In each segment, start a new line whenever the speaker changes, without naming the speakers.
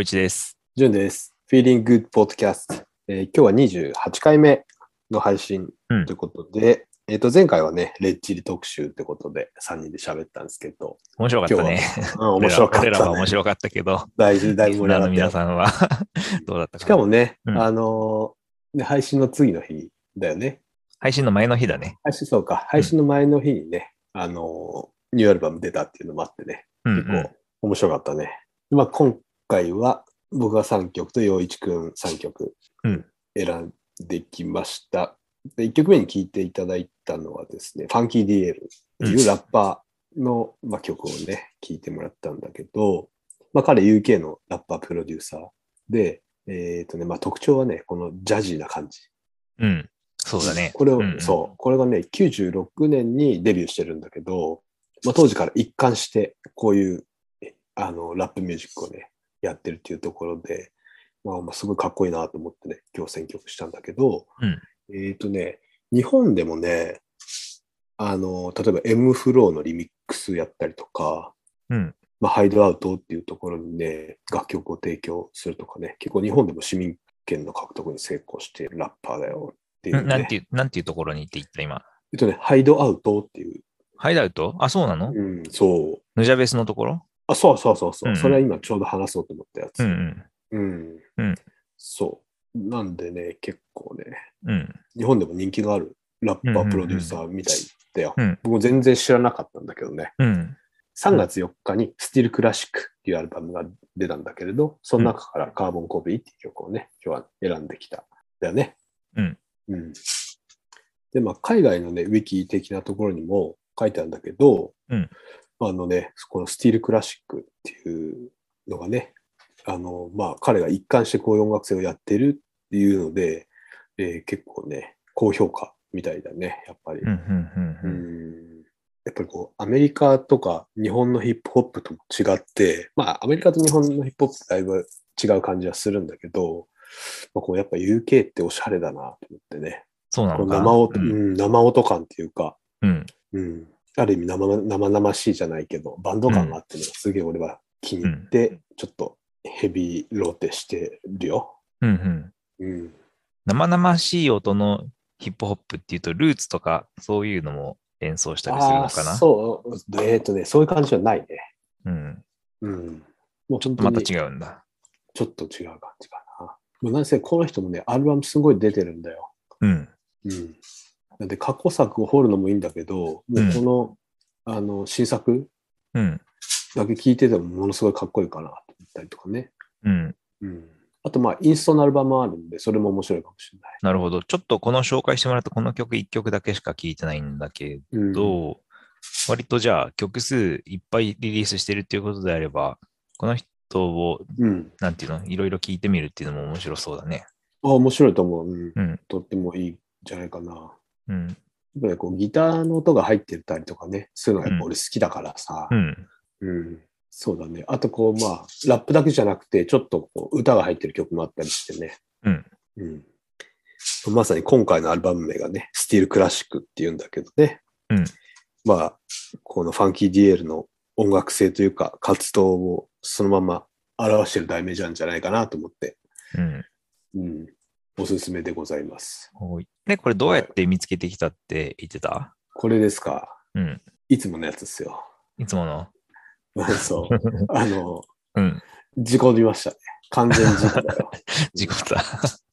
一です。
ジュンです。Feeling Good Podcast、えー今日は28回目の配信
うん
ということで、えっ、と、前回はね、レッチリ特集ということで3人で喋ったんですけ ど、
面白かったね。
うん面白かっ
俺ら
た、
は面
ね。
白かったけ ど、
大事、大
リ
事
ス
盛り
ナーの
上がって
皆
ます
さんは どうだったかな
しかもね、
うん
あのーね配信の次の日だよね。
配信の前の日だね。
配信、そうか、配信の前の日にね、あのーニューアルバム出たっていうのもあってね、
うん、う
結構
ん。
面白かったね。まあ、今回は僕が3曲と陽一くん3曲
うん
選んできました。で1曲目に聴いていただいたのはですね、ファンキー DL というラッパーの、まあ、曲をね、聴いてもらったんだけど、まあ、彼 UK のラッパープロデューサーで、えっ、とね、まあ、特徴はね、このジャジーな感じ。
うん。そうだね。
これを、
うんうん
そう、これがね、96年にデビューしてるんだけど、まあ、当時から一貫して、こういう、えあの、ラップミュージックをね、やってるっていうところで、まあ、まあすごいかっこいいなと思ってね、今日選曲したんだけど、
うん
えっ、とね、日本でもね、あの、例えば M フローのリミックスやったりとか、
うん
まあ、ハイドアウトっていうところにね、楽曲を提供するとかね、結構日本でも市民権の獲得に成功しているラッパーだよっていう、ね。
んなんていう、なんていうところにって言った今。
えっとね、ハイドアウトっていう。
ハイダウトあ、そうなの、
うん、そう。
ヌジャベスのところ
あ、そうそうそうそう、
うんうん
それは今ちょうど話そうと思ったやつ。
うんうん。
うん。
うん
そう。なんでね、結構ね、
うん。
日本でも人気のあるラッパ
うんうんう
ー
ん
プロデューサーみたいだよ。
うん
僕も全然知らなかったんだけどね。
うん。
3月4日にスティルクラシックっていうアルバムが出たんだけれど、その中からカーボンコピーっていう曲をね、今日は選んできたんだよね。
うん。
うん。で、まあ、海外のね、ウィキ的なところにも書いてあるんだけど、
うん
あのね、このスティールクラシックっていうのがね、あの、まあ、彼が一貫してこういう音楽性をやってるっていうので、えー結構ね、高評価みたいだね、やっぱり。
うん。うん。
う
うん。
んやっぱりこう、アメリカとか日本のヒップホップとも違って、まあ、アメリカと日本のヒップホップだいぶ違う感じはするんだけど、まあ、こうやっぱ UK っておしゃれだなと思ってね、
そうな
こ
の
う
かな。
生音、
う。
うんん、生音感っていうか、
うん。
うん、ある意味生々生々しいじゃないけど、バンド感があってね、すげえ俺は気に入って、ちょっとヘビーローテしてるよ。
うん。うん。
うん、
生々しい音のヒップホップっていうと、ルーツとか、そういうのも演奏したりするのか
あー
な。
そう、えっ、とね、そういう感じじゃないね。
うん。
うん、もうちょっ
また違うんだ。
ちょっと違う感じかな。もうなんせこの人もね、アルバムすごい出てるんだよ。
うん。
うん。なんで過去作を掘るのもいいんだけど、もうこの、あの、新作
うん。
だけ聴いててもものすごいかっこいいかなと思ったりとかね。
うん。
うん。あとまあ、インストのアルバムもあるんで、それも面白いかもしれない。
なるほど。ちょっとこの紹介してもらったこの曲1曲だけしか聴いてないんだけ
うん、
ど、割とじゃあ曲数いっぱいリリースしてるっていうことであれば、この人を、
うん。
なんていうの、いろいろ聴いてみるっていうのも面白そうだね。
あ、面白いと思う。うん。
うん。
とってもいいんじゃないかな。や
うん。
っぱりこう、ギターの音が入ってたりとかね、そういうのがやっぱ俺好きだからさ。
うん。
うん、そうだね。あとこう、まあ、ラップだけじゃなくて、ちょっとこう歌が入ってる曲もあったりしてね。
うん。
うん。まさに今回のアルバム名がね、スティールクラシックっていうんだけどね。
うん。
まあ、このファンキー DL の音楽性というか、活動をそのまま表してる題名じゃんじゃないかなと思って、
うん。
うん。おすすめでございます。
おいで、これどうやって見つけてきたって言ってた
これですか。
うん。
いつものやつですよ。
いつもの。
そう。あの、
うん。
事故りましたね。完全事故 だよ。
事故だ。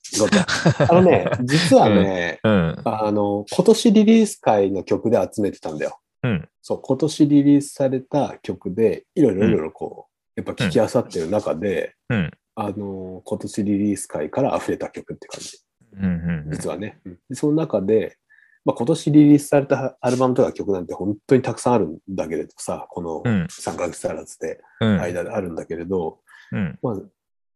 事故だあの ね、実はね、
うん。
あの、今年リリース会の曲で集めてたんだよ。
うん。
そう、今年リリースされた曲で、いろいろいろいろこう、やっぱ聴きあさってる中で、
うん。
あの、今年リリース会から溢れた曲って感じ、
うん。うん。
実はね。でその中で、まあ、今年リリースされたアルバムとか曲なんて本当にたくさんあるんだけれどさ、この
うん。
3ヶ月足らずで
うん。
間であるんだけれど、
うん。
まあ、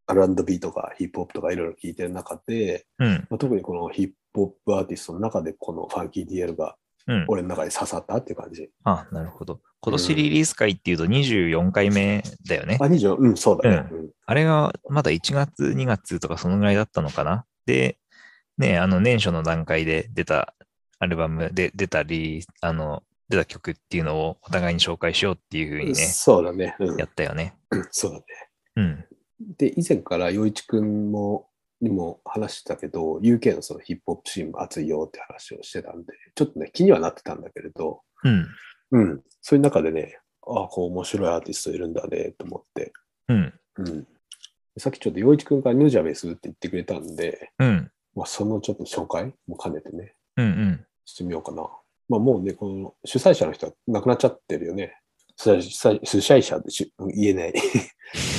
R&B とかヒップホップとかいろいろ聴いてる中で、
うん。
まあ、特にこのヒップホップアーティストの中でこのファンキー DL が
うん。
俺の中で刺さったっていう感じ。
あ、なるほど。今年リリース会っていうと24回目だよね。
あ、24、うん、そうだね。うん
あれがまだ1月、2月とかそのぐらいだったのかな。で、ね、あの年初の段階で出たアルバムで出たり、あの、出た曲っていうのをお互いに紹介しようっていうふうにね、
そうだね。うん
やったよね。
そうだね。
うん。
で、以前から洋一くんも、にも話してたけど、UK のそのヒップホップシーンも熱いよって話をしてたんで、ちょっとね、気にはなってたんだけれど、
うん。
うん、そういう中でね、ああ、こう面白いアーティストいるんだねと思って、
うん。
うん。さっきちょっと洋一くんがヌージャベースって言ってくれたんで、
うん。
まあ、そのちょっと紹介も兼ねてね、
うん。うん。
してみようかな。まあ、もうね、この主催者の人は亡くなっちゃってるよね。主催主催主催者でしゅ言 えない。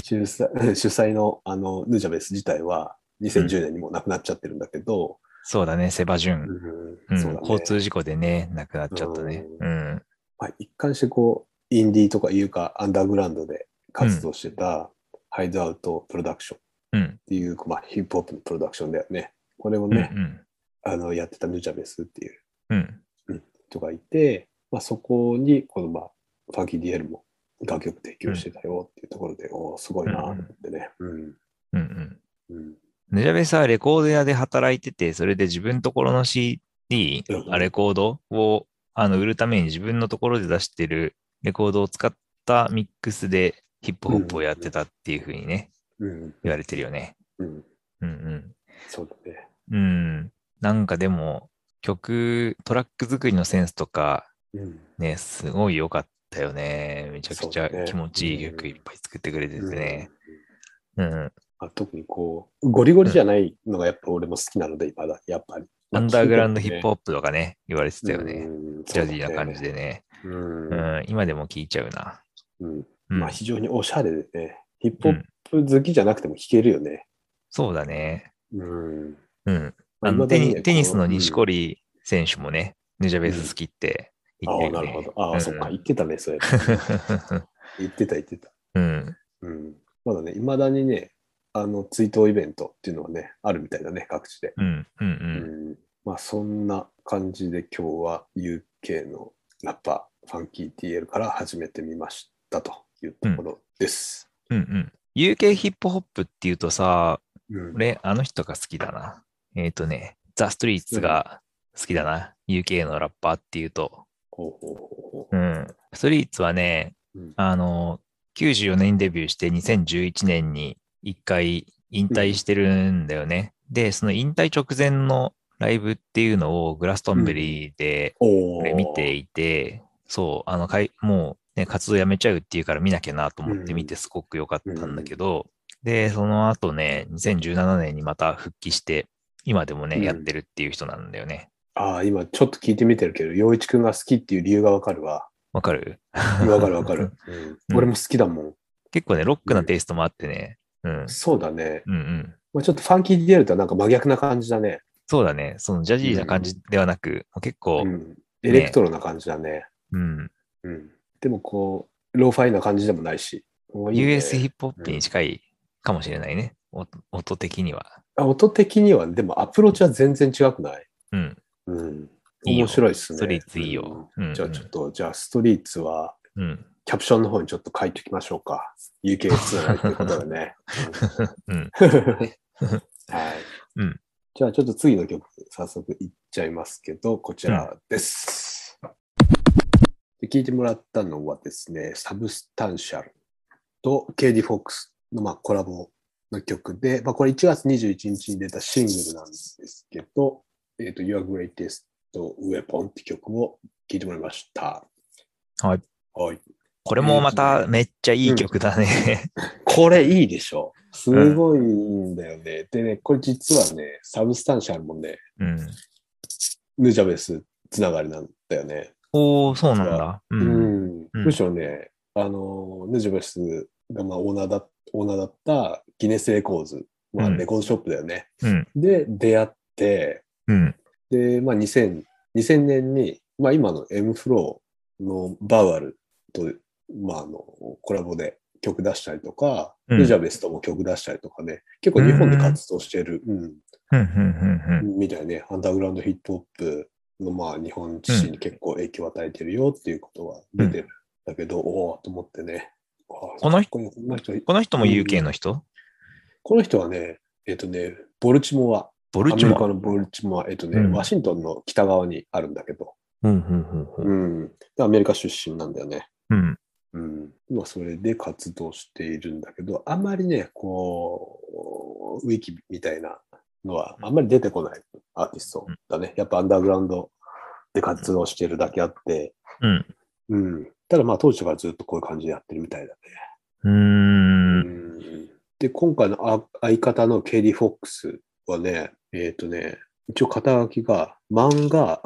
主催主催のあのヌージャベース自体は2010年にもう亡くなっちゃってるんだけど、
そうだね、セバジュン。う
うん
ん
そうだね
交通事故でね、亡くなっちゃったね。うん。
まあ、一貫してこう、インディーとかいうか、アンダーグラウンドで活動してた、ハイドアウトプロダクションっ
うん。
ていう、まあ、ヒップホップのプロダクションだよね。これを
うん。う
ね、
ん。
あのやってたヌージャベースっていう
うん。
人がいて、まあ、そこに、この、まあ、ファンキー DL も楽曲提供してたよっていうところで、おーすごいなと思ってね。うん。
うん。うん。
うん。
ヌジャベさんはレコード屋で働いてて、それで自分のところの CD、
うん
あレコードをあの売るために自分のところで出してるレコードを使ったミックスでヒップホップをやってたっていうふうにね、
うん。
言われてるよね。
うん。
うん
そうだね。
うん。うん。なんかでも、曲、トラック作りのセンスとか、
うん。
ね、すごい良かったよね。めちゃくち
そう
ゃ
だね
気持ちいい
うん
曲いっぱい作ってくれてて
うん
ね。うん。
まあ、特にこう、ゴリゴリじゃないのがやっぱ俺も好きなので、今だ、やっぱり。
アンダーグラウンドヒップ
ホッ
ホップとかね、言われてたよね。
ね
ジャジーな感じで。ね。
うん
う。ん、今でも聴いちゃうな。
うん
うん
まあ非常におしゃれでね、ヒップホップ好きじゃなくても聴けるよね。
そうだね。
うん。
うん。
ま
あの
未だ
テ
にね
ニ
こう
テニスの錦織選手もね、ヌジャベース好きって
うん
言ってる
ああ、
よ
なるほ
ね。
ど。ああ、そっか、言ってたね、それ。 言ってた、言ってた。
うん。
うん。まだね、いまだにね、あの、追悼イベントっていうのはね、あるみたいだね、各地で。
うん。うん。う。
うんん。まあそんな感じで今日は UK のラッパー、ファンキー TL から始めてみましたというところです。
うん。うん。UK ヒップホップっていうとさ、
うん。
俺、あの人が好きだな。えっ、とね、ザ・ストリートが好きだな。UK のラッパーっていうと。
ほうほうほうほ
うん。ストリートはね、
ううん。
あの、94年にデビューして2011年に一回引退してるんだよね。で、その引退直前のライブっていうのをグラストンベリーで
お
俺見ていて、そう、あの、かいもう、ね、活動やめちゃうっていうから見なきゃなと思って見てすごく良かったんだけど、で、その後ね、2017年にまた復帰して、今でもね、
うん
やってるっていう人なんだよね。
ああ、今ちょっと聞いてみてるけど、洋一くんが好きっていう理由がわかる わ。
わかる
わかるわかる。
うん
俺も好きだもん。
結構ね、ロックなテイストもあってね、うん、
そうだね。
うんうん。
まあ、ちょっとファンキーディエルとはなんか真逆な感じだね。
そうだね。そのジャジーな感じではなく、もう結構
う、ん。エレクトロな感じだね。
うん、
うん。でもこう、ローファイな感じでもないし。もういいね
US ヒップホップに近いかもしれないね。お音的には。
あ音的には、でもアプローチは全然違くない。
うん。
うん。
いいよ
面白いですね。
ストリートいいよ。う、
うんんじゃあちょっと、じゃあストリートは、
うん。
キャプションの方にちょっと書いておきましょうか。UK つながりということでね。
うん。
はい。
うん
じゃあちょっと次の曲、早速いっちゃいますけど、こちらです。で聞いてもらったのはですね、サブスタンシャルと KD フォックスのまあコラボの曲で、まあ、これ1月21日に出たシングルなんですけど、えっ、と、Your Greatest Weapon って曲を聞いてもらいました。
はい。
はい。
これもまためっちゃいい曲だね。
これいいでしょ。すごいいいんだよね。でね、これ実はね、サブスタンシャルもね、
うん。
ヌジャベスつながりなんだよね。
おー、そうなんだ。う。
うんん
うん
むしろね、あの、ヌジャベスがまあオーナーだオーナーだったギネスレコーズ、まあ、
うん
レコードショップだよね。
うん。
で、出会って、
うん。
で、まあ、2000, 2000年に、まあ、今の M フローのバウアルと、まあ、あのコラボで曲出したりとか、
うん
ヌジャベスとも曲出したりとかね、結構日本で活動してる、うん
うん。うん。
みたいね、アンダーグラウンドヒップホップの、まあ、日本自身に結構影響を与えてるよっていうことが出てるんだけど、おおと思ってね。あー
この人
かっいいこの人、
この人も UK の人
この人はね、えっ、とね、ボルチモア、
ボル
アメ
チ
リ
モ
カ
ア。
のボルチモア、えっ、とね、
うん
ワシントンの北側にあるんだけど、
うん。うん。うん
うん、でアメリカ出身なんだよね。
うん。
うん、まあそれで活動しているんだけど、あんまりね、こう、ウィキみたいなのは、あんまり出てこないアーティストだね。やっぱアンダーグラウンドで活動してるだけあって、
うん。
うん。ただまあ当時からずっとこういう感じでやってるみたいだね。
うーん。
うんで、今回のあ相方のケリー・フォックスはね、えっ、とね、一応肩書きが漫画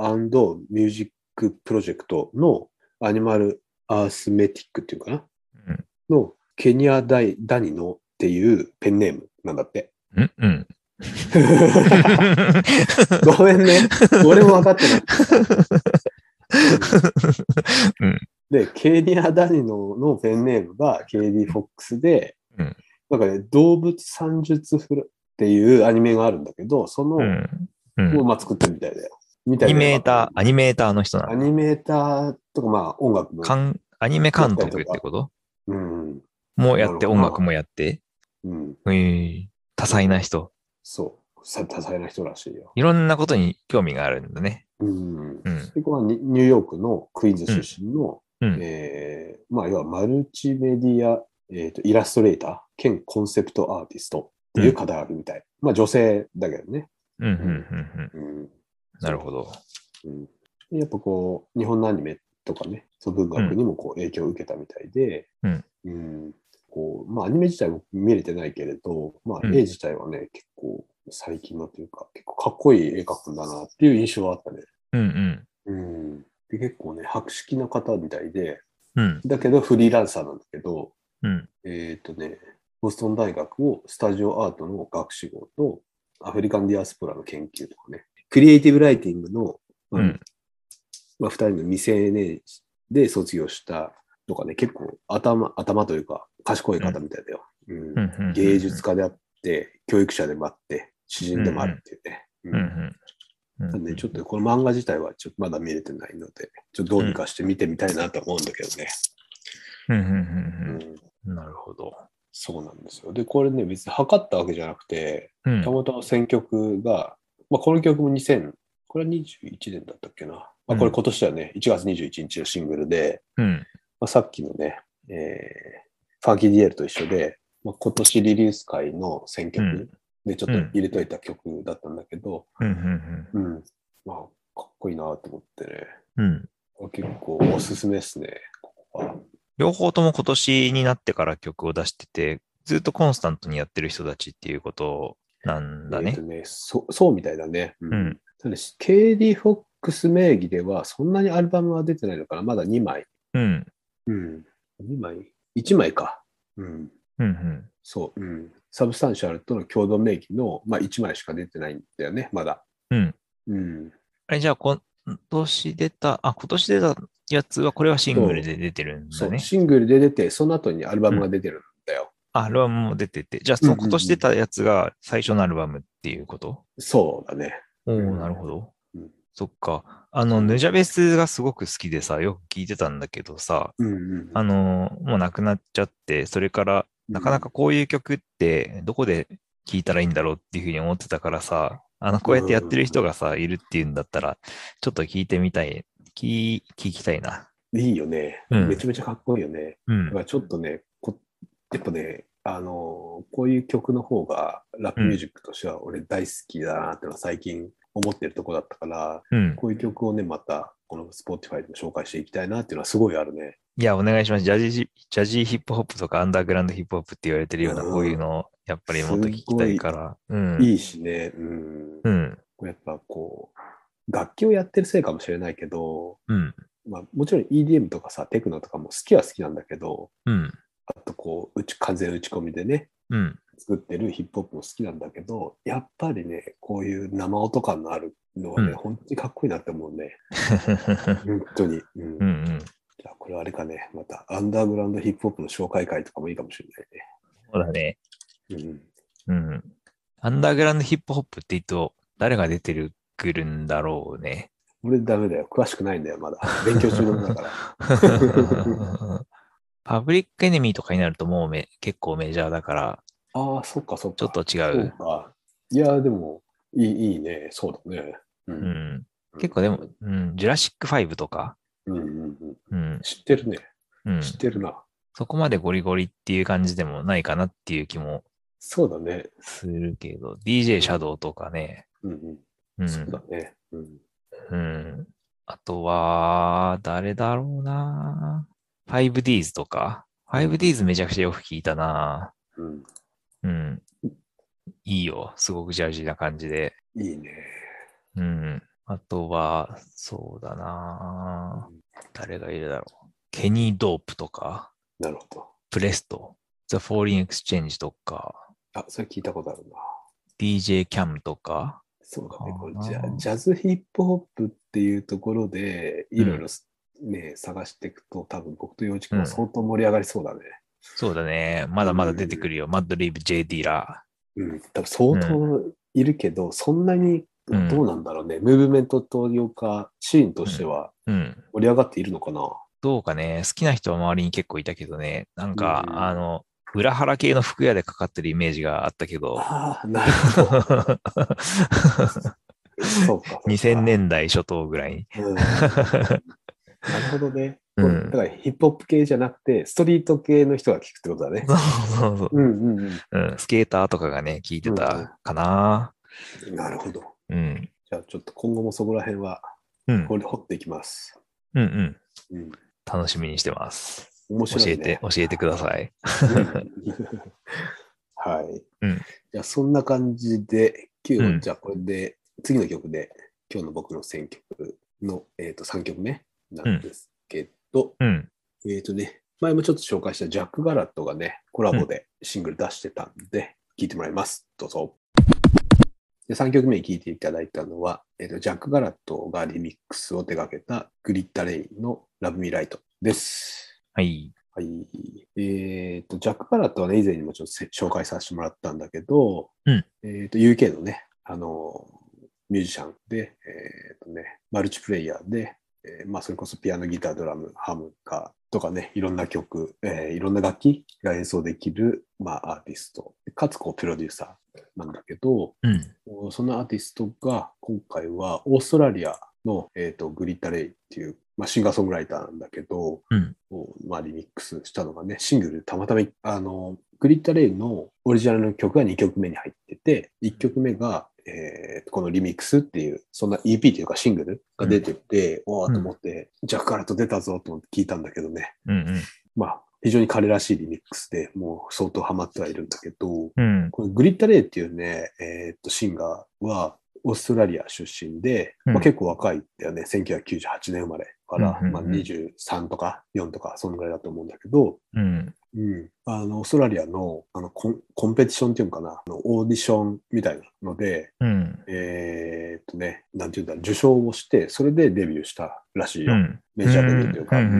ミュージックプロジェクトのアニマルアースメティックっていうかな、
うん
のケニアダイダニノっていうペンネームなんだって。
うん。 うん。
ごめんね。俺も分かってない。
うん
で、ケイリア・ダニノのペンネームがケイリー・フォックスで、
うん
なんかね、動物算術フルっていうアニメがあるんだけど、その、
うんう
を
ん。
まあ作ってるみたいだよ。み
ア
たい
ニ
な。
メーター、アニメーターの人な
ア
の。
ニメーターとか、まあ音楽の。
かんアニメ監督ってこと
うん。
もうやって、
なるほど
音楽もやって。
うん。
うー多彩な人。
そう。さ多彩な人らしいよ。
いろんなことに興味があるんだね。
うん。
うん。
でこれはニニューヨークのクイーンズ出身の、
うん。
えーまあ、要はマルチメディア、えーとイラストレーター兼コンセプトアーティストっていう肩書きみたい。まあ、女性だけどね。
うん。うん。うん。うん
うん
なるほど。
うん、でやっぱこう、日本のアニメとかね、その文学にもこう影響を受けたみたいで、
うん
うんこうまあ、アニメ自体も見れてないけれど、まあ
う、ん
絵自体はね、結構最近のというか、結構かっこいい絵描くんだなっていう印象はあったね。
うん
うん、で結構ね、博識な方みたいで、
うん。うん。
だけどフリーランサーなんだけど、
うん。
えっ、とね、ボストン大学をスタジオアートの学士号と、アフリカンディアスポラの研究とかね、クリエイティブライティングの、ま
う
あ
ん。
まあ、2人の未成年で卒業したとかね、結構頭頭というか、賢い方みたいだよ。うん
うんうん
芸術家であって、教育者でもあって、詩人でもあるっていうね。
う
う
んん。うん。
なんでちょっとこの漫画自体はちょっとまだ見れてないので、ちょっとどうにかして見てみたいなと思うんだけどね。
うん。う。
うんん
うん。なるほど。
そうなんですよ。で、これね、別に測ったわけじゃなくて、
うん
た。またま選曲が、まあ、この曲も2000、これは21年だったっけな。まあ、
う
こ
ん
れ今年だね、1月21日のシングルで、
うん。
まあ、さっきのね、えーファンキーディエルと一緒で、まあ、今年リリース会の選曲でちょっと入れといた曲だったんだけど、
うん。うん。
うん、まあ、かっこいいなと思ってね。
うん。
これ結構おすすめですね、ここは。
両方とも今年になってから曲を出してて、ずっとコンスタントにやってる人たちっていうことなんだ
えー
ね
と。ねそそうみたいだね。う
うん。
ただし、KD フォックス名義ではそんなにアルバムは出てないのかな、まだ2枚。
うん。
うん。2枚 ?1 枚か。うん。
うん。
そう。うん。サブスタンシャルとの共同名義の、まあ、1枚しか出てないんだよね、まだ。
うん。
うん。
あれ、じゃあ、今年出た、あ、今年出たやつは、これはシングルで出てるん
そ
だ
う、
ね。
シングルで出て、その後にアルバムが出てるんだよ。
あ、アルバムも出てて。じゃあ、その今年出たやつが最初のアルバムっていうこと
そうだね。
おお
ん
なるほど
うん。
そっか。あの、ヌジャベスがすごく好きでさ、よく聞いてたんだけどさ、
うんうん。
あの、もう亡くなっちゃって、それからなかなかこういう曲ってどこで聴いたらいいんだろうっていうふうに思ってたからさ、あの、こうやってやってる人がさ、いるっていうんだったら、ちょっと聴いてみたい、聞聞きたいな。
うん。いいよね。
うん
めちゃめちゃかっこいいよね。
う
だ
ん
か。らちょっとね、こやっぱね、あのーこういう曲の方が、ラップミュージックとしては俺大好きだなってのは最近思ってるとこだったから、
うん。
こういう曲をね、また、この Spotify でも紹介していきたいなっていうのはすごいあるね。
いや、お願いします。ジャジー、ジャジーヒップホップとかアンダーグラウンドヒップホップって言われてるような、
うん
こういうの、やっぱりもっと聞きたいから。うん。
いいしね、うん。
うん。
これやっぱこう、楽器をやってるせいかもしれないけど、
うん。
まあ、もちろん EDM とかさ、テクノとかも好きは好きなんだけど、
うん。
あとこう、打ち、完全打ち込みでね、
うん。
作ってるヒップホップも好きなんだけど、やっぱりね、こういう生音感のあるのはね、
うん
本当にかっこいいなって思うね。本当に。うん
うんうん。
じゃあこれあれかね、またアンダーグラウンドヒップホップの紹介会とかもいいかもしれ
そうだね。
ないね。
うん。アンダーグラウンドヒップホップって言うと、誰が出てる、くるんだろうね。
うん、俺ダメだよ。詳しくないんだよ、まだ。勉強中のものだから。
パブリックエネミーとかになるともうめ結構メジャーだから、
ああ、そっかそっか。
ちょっと
そ
違
う
う。
か。いや、でも、いいいいね。そうだね。う。
うんん、結構でも、うん、ジュラシック5とか、
うんうんうん、
うん、
知ってるね。
うん。
知ってるな。
そこまでゴリゴリっていう感じでもないかなっていう気も
そうだね。
するけど、DJ シャドウとかね。
うんうん。
うん。
そうだね。うん。
うん。あとは、誰だろうな。5Ds とか。5Ds めちゃくちゃよく聞いたな。
うん。
うん。いいよ。すごくジャージーな感じで。
いいね。
うん。あとは、そうだな。誰がいるだろう。ケニー・ドープとか、
なるほど。
プレスト、ザ・フォーリン・エクスチェンジとか、
あ、それ聞いたことあるな。
DJ キャムとか、
そうだね。こう
かな
ジャジャズヒップホップっていうところで、いろいろすね、探していくと、多分僕と洋一君は相当盛り上がりそうだね。
そうだね。まだまだ出てくるよ。マッドリーブ、J ・ディラ
うん。多分相当いるけど、そんなにどうなんだろうね。ムーブメントというか、シーンとしては
ー。うん。
盛り上がっているのかな。
どうかね、好きな人は周りに結構いたけどね、なんか、
うん
あの、裏腹系の服屋でかかってるイメージがあったけ ど、
ああ、なるほど。 そうか。
2000。年代初頭ぐらいに。
うん、なるほどね。
うん
だからヒップホップ系じゃなくて、ストリート系の人が聞くってことだね
そ。うそうそう
うんうんう
うん、スケーターとかがね、聞いてたかな。
ん。なるほど。
うん。
じゃあちょっと今後もそこら辺は
うん。
掘り掘っていきます。
うんうん。
うん。
楽しみにしてます。
面
教
白い、ね。
えて、教えてください。
うん はい。
うん
じゃあそんな感じで、今日、
うん
じゃあこれで、次の曲で、今日の僕の選曲の、えー、と3曲目なんですけど、
うん。
えっ、とね、前もちょっと紹介したジャック・ガラットがね、コラボでシングル出してたんで、聴いてもらいます。どうぞ。で3曲目に聴いていただいたのは、えーと、ジャック・ガラットがリミックスを手掛けたグリッタ・レインのラブ・ミ・ライトです。
はい。
はい。えっ、と、ジャック・パラットはね、以前にもちょっとせ紹介させてもらったんだけど、
うん
えっ、と、UK のね、あの、ミュージシャンで、えっ、とね、マルチプレイヤーで、えーまあ、それこそピアノ、ギター、ドラム、ハムか、とかね、いろんな曲、えーいろんな楽器が演奏できる、まあ、アーティスト、かつ、こう、プロデューサーなんだけど、
うん。
そのアーティストが今回はオーストラリアの、えー、とグリッタ・レイっていう、まあ、シンガーソングライターなんだけど、
うん
をまあ、リミックスしたのがねシングルたまたまあのグリッタ・レイのオリジナルの曲が2曲目に入ってて1曲目が、えーこのリミックスっていうそんな EP というかシングルが出てて、おーと思って、ジャック・カラット出たぞと思って聞いたんだけどね
うん
まあ非常に彼らしいリミックスでもう相当ハマってはいるんだけど、
うん。うん。
これグリッタ・レイっていうね、えーっとシンガーはオーストラリア出身で、
うん
まあ、結構若いんだよね1998年生まれから、
うんうん
まあ、
うん
23とか4とかそんぐらいだと思うんだけど、
うん。
うん、あのオーストラリアのあのコンコンペティションっていうのかなあのオーディションみたいなので、
うん。
えーっとね、なんていうんだろう受賞をしてそれでデビューしたらしいよ、
うん。
メジャーデビューというか。
うんうん
う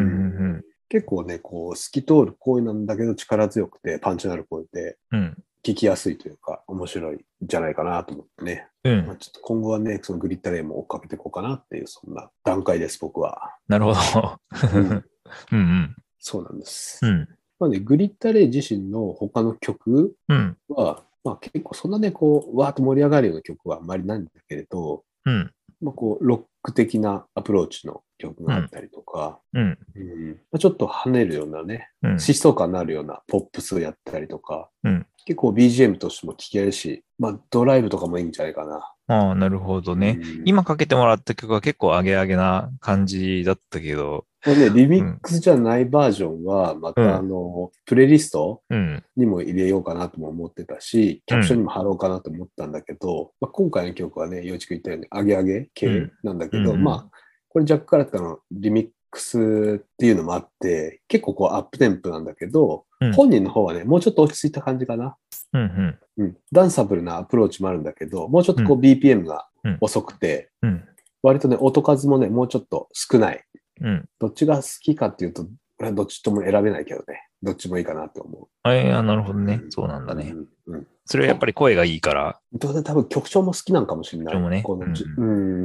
ん結構ね、こう、透き通る声なんだけど力強くて、パンチのある声で、
うんうん。
聞きやすいというか、面白いんじゃないかなと思ってね。
う
まあ、
ん。
ちょっと今後はね、そのグリッタレイも追っかけていこうかなっていう、そんな段階です、僕は。
なるほど。
うん
うん
そうなんです。
うん。うん。
まあね、グリッタレイ自身の他の曲
うん。
は、まあ結構そんなね、こう、わーっと盛り上がるような曲はあんまりないんだけれど、
うん。
まあこう、ロック的なアプローチの曲があったりとか、
うん。
うんまあ、ちょっと跳ねるようなね、
うん。
疾走感のあるようなポップスをやったりとか、
うん
結構 BGM としても聴けるし、まあドライブとかもいいんじゃないかな。
ああ、なるほどね。
うん
今かけてもらった曲は結構アゲアゲな感じだったけど、
これね、リミックスじゃないバージョンは、ま
うん
たあの、プレイリスト
うん。
にも入れようかなとも思ってたし、キャプションにも貼ろうかなと思ったんだけど、まあ、今回の曲はね、ようちく言ったように、アゲアゲ系なんだけど、
うん
まあ、これジャック・カラットのリミックスっていうのもあって、結構こうアップテンポなんだけど、
うん
本人の方はね、もうちょっと落ち着いた感じかな。
うんうん。
うん、ダンサブルなアプローチもあるんだけど、もうちょっとこう BPM が遅くて、
うん。
割とね、音数もね、もうちょっと少ない。
うん。
どっちが好きかっていうと、俺はどっちとも選べないけどね、どっちもいいかなと思
あいやなるほどね
う。ん
そうなん
う。
だね。
うん。うん。
それはやっぱり声がいいから。
どうせ多分曲調も好きなんかもしれな
曲調
い。
もね
このじ
う
う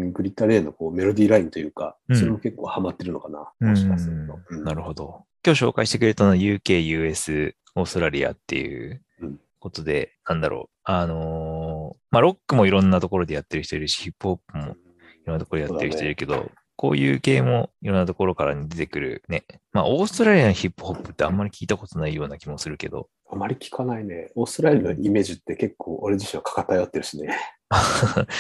ん、グリッターレイのこうメロディーラインというか、
うん
それも結構ハマってるのかな、
うん
もしかすると。うん
なるほど。今日紹介してくれたのは UK、US、オーストラリアっていう
うん
ことで、なんだろう。あのーまあ、ロックもいろんなところでやってる人いるし、ヒップホップもいろんなところでやってる人いるけど、こういう系もいろんなところから出てくるね。まあ、オーストラリアのヒップホップってあんまり聞いたことないような気もするけ ど。
あまり聞かないね。オーストラリアのイメージって結構俺自身はかか偏ってるしね。
ね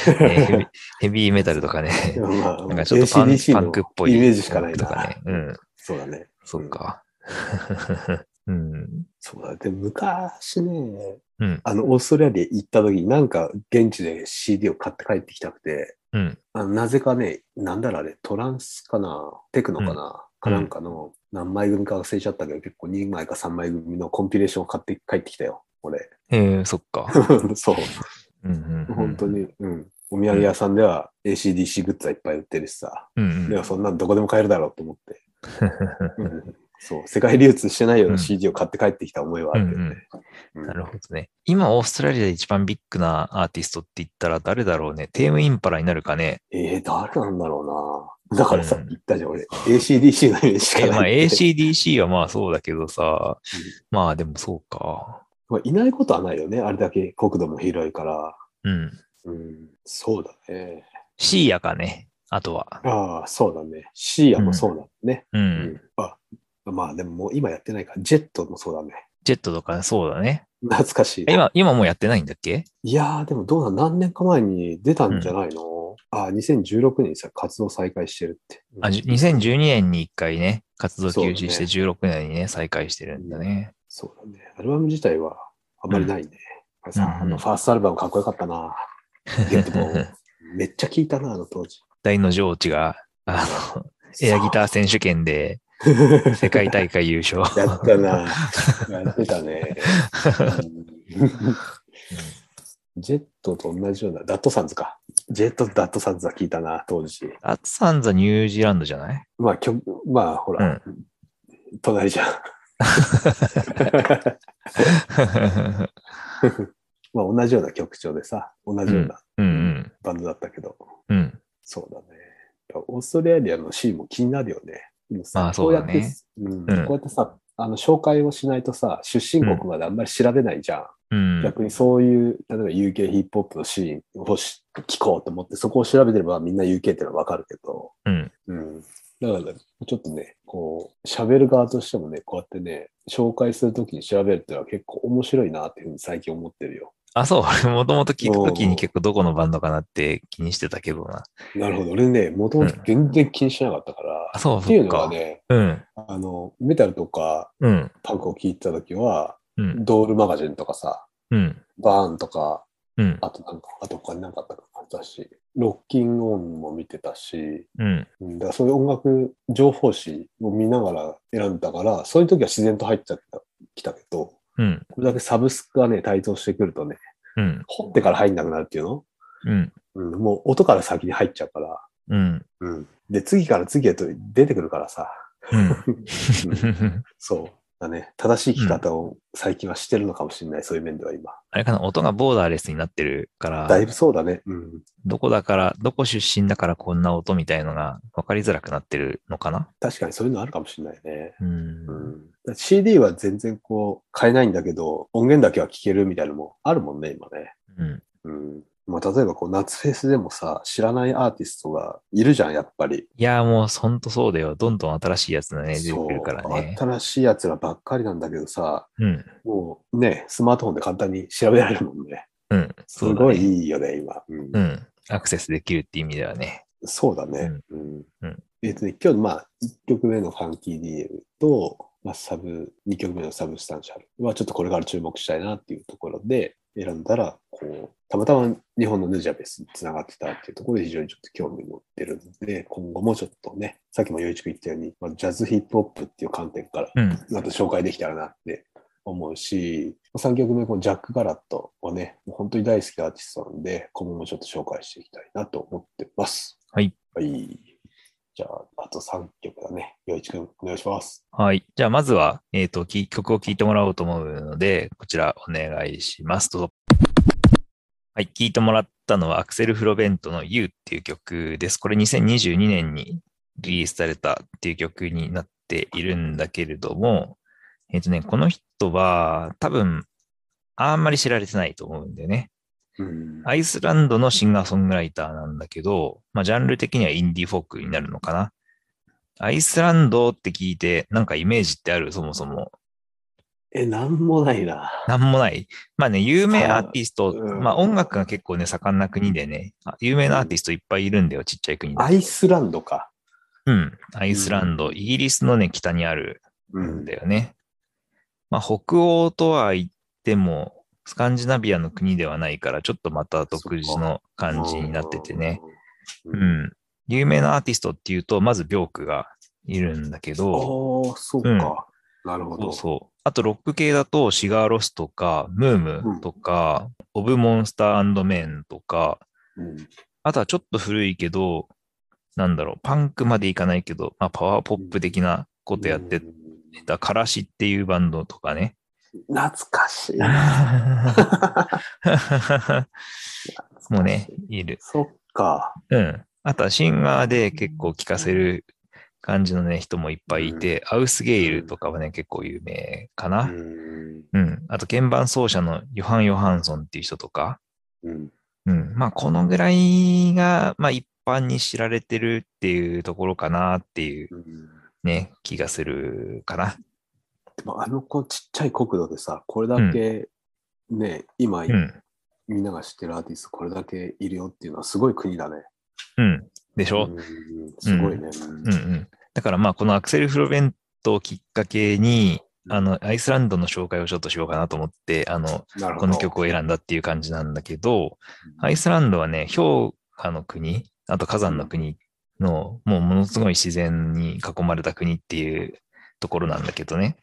ヘビヘビーメタルとかね。
まあ
なんかちょっとパン
ACDC
パンクっぽい。
イメージしかないな
とかね。うん。
そうだね。
そうか。 うん。
そうだ。で、昔ね、
うん
あの、オーストラリア行った時になんか現地で CD を買って帰ってきたくて、
うん。
あのなぜかね、なんだろうあれ、トランスかな、テクノかな、かなんかの、何枚組か忘れちゃったけど、結構2枚か3枚組のコンピレーションを買って帰ってきたよ、俺。
えー、そっか。
そう、
うんうんうん
本当。に、うん。お土産屋さんでは ACDC グッズはいっぱい売ってるしさ、
うんう
で
ん
もそんなんどこでも買えるだろうと思って、 うんそう、世界流通してないよう
う
なん CD を買って帰ってきた思いはあるけどね。うん
なるほどね。今、オーストラリアで一番ビッグなアーティストって言ったら誰だろうね。テームインパラになるかね。
えー、誰なんだろうな。だからさ、
うん
言ったじゃん、俺。ACDC のイメージし
え
か
まあ、
ないって。
ACDC はまあそうだけどさ。まあでもそうか。
まあ、いないことはないよね。あれだけ国土も広いから。
うん。
うん、そうだね。
シーヤかね。あとは。
ああ、そうだね。シーアもそうだね。
う。
うんあまあでももう今やってないから、ジェットもそうだね。
ジェットとかそうだね。
懐かしい。
今、今もうやってないんだっけ
いやー、でもどうなん何年か前に出たんじゃないの、ああ、2016年にさ、活動再開してるって。
あじゅ2012年に1回ね、活動休止して
そ
16年にね、再開してるんだね。
そうだね。アルバム自体はあんまりないね。あれさ、
う
あ
んうん
の、ファーストアルバムかっこよかったな。ゲットボーンめっちゃ聴いたな、あの当時。
大の上智が、あの、エアギター選手権で
ー
世界大会優勝。
やったな。やってたね。うんジェットと同じような、ダットサンズか。ジェットとダットサンズは聞いたな、当時。
アッツサンザニュージーランドじゃない
まあ、曲、まあ、ほら、隣 じゃん。 まあ、同じような曲調でさ、同じような
うんうん。
バンドだったけど、
うん。
そうだね。オーストラリアのシーンも気になるよね。でもさ
まあそうだね
こうやって、うん
うん
こうやってさ、あの紹介をしないとさ、出身国まであんまり調べないじゃん。
うん。
逆にそういう、例えば UK ヒップホップのシーンをし聞こうと思って、そこを調べてればみんな UK ってのはわかるけど、
うん。
うん。だから、ちょっとね、こう、喋る側としてもね、こうやってね、紹介するときに調べるっていうのは結構面白いなっていうふうに最近思ってるよ。
あ、そう。俺もともと聞くときに結構どこのバンドかなって気にしてたけどな。
なるほど。俺ね、もともと全然気にしなかったから、
あ、そう、
ってい
そうっ
のは
か。
ね、
うん。
あの、メタルとか
うん。
パンクを聞いてた時は、
うん。
ドールマガジンとかさ、
うん。
バーンとか、
うん。
あとなんか、あと他になんかあったかなだし、ロッキンオンも見てたし、
うん。
うんだからそういう音楽情報誌を見ながら選んだから、そういう時は自然と入っちゃった、きたけど、
うん。
これだけサブスクがね、台頭してくるとね、
うん。
掘ってから入んなくなるっていうの、
うん。
うん、もう音から先に入っちゃうから、
うん。
うん、で、次から次へと出てくるからさ、
うん。
うんそうだね。正しい聞き方を最近はしてるのかもしれない、そういう面では今。
あれかな、音がボーダーレスになってるから、
だいぶそうだね。うん。
どこだから、どこ出身だからこんな音みたいのが分かりづらくなってるのかな
確かにそういうのあるかもしれないね。
う。
うんん、だ CD は全然こう買えないんだけど、音源だけは聴けるみたいなのもあるもんね、今ね。
うん。
うん。まあ、例えばこう夏フェスでもさ、知らないアーティストがいるじゃん、やっぱり。
いやー、もうほんとそうだよ。どんどん新しいやつがね、出て
そう
くるからね。
新しいやつらばっかりなんだけどさ、
うん。
もうね、スマートフォンで簡単に調べられるもんね。
うん。
す
そうだ
ごい
ね。
いいよね、今。うん
うん。アクセスできるって意味ではね。
そうだね。うん
うん
えっとね、今日、まあ、1曲目のファンキー DM と、まあ、サブ、2曲目のサブスタンシャルは、ちょっとこれから注目したいなっていうところで、選んだら、こう、たまたま日本のヌジャベスにつながってたっていうところで非常にちょっと興味を持ってるので、今後もちょっとね、さっきも洋一君言ったように、まあ、ジャズヒップホップっていう観点から、
うん。
また紹介できたらなって思うし、3曲目、このジャック・ガラットはね、もう本当に大好きなアーティストなんで、今後もちょっと紹介していきたいなと思ってます。
はい。
はい。じゃあ、あと3曲だね。よいちくん、お願いします。
はい。じゃあ、まずは、えっ、と、き曲を聴いてもらおうと思うので、こちらお願いします。どうぞ。はい。聴いてもらったのは、アクセル・フロベントの You っていう曲です。これ2022年にリリースされたっていう曲になっているんだけれども、えっ、とね、この人は多分、あんまり知られてないと思うんだよね。
うん
アイスランドのシンガーソングライターなんだけど、まあ、ジャンル的にはインディーフォークになるのかな。アイスランドって聞いて、なんかイメージってあるそもそも。
え、なんもないな。
なんもない。まあね、有名アーティスト、
うん
まあ音楽が結構ね、盛んな国でね、あ有名なアーティストいっぱいいるんだよ、ちっちゃい国で。
アイスランドか。
うん、アイスランド、イギリスのね、北にある
うん
だよね。まあ北欧とは言っても、スカンジナビアの国ではないから、ちょっとまた独自の感じになっててね。う
う。
んん。有名なアーティストっていうと、まずビョークがいるんだけ
ああ
ど、、
そうか。なるほ
そ
ど。
うそう。あとロック系だと、シガーロスとか、ムームとか、オブモンスターメンとか、
うん
あとはちょっと古いけど、なんだろう、パンクまでいかないけど、まあ、パワーポップ的なことやって
うん
た、カラシっていうバンドとか ね。
懐かしい。
もうね、いる。
そっか。
うん。あとはシンガーで結構聴かせる感じのね、人もいっぱいいて、アウスゲイルとかはね、結構有名か
う
な。
ん。
うん。あと、鍵盤奏者のヨハン・ヨハンソンっていう人とか。
うん
うん。まあ、このぐらいが、まあ、一般に知られてるっていうところかなっていう
うん
ね、気がするかな。
でもあのこちっちゃい国土でさ、これだけ、ね、今
うん。
みんなが知ってるアーティストこれだけいるよっていうのはすごい国だね。
うん。でしょ、
うんすごいね。
うんうん。だからまあ、このアクセル・フロベントをきっかけに、あの、アイスランドの紹介をちょっとしようかなと思って、あの、
なるほど。
この曲を選んだっていう感じなんだけど、アイスランドはね、氷河の国、あと火山の国の、もうものすごい自然に囲まれた国っていうところなんだけどね、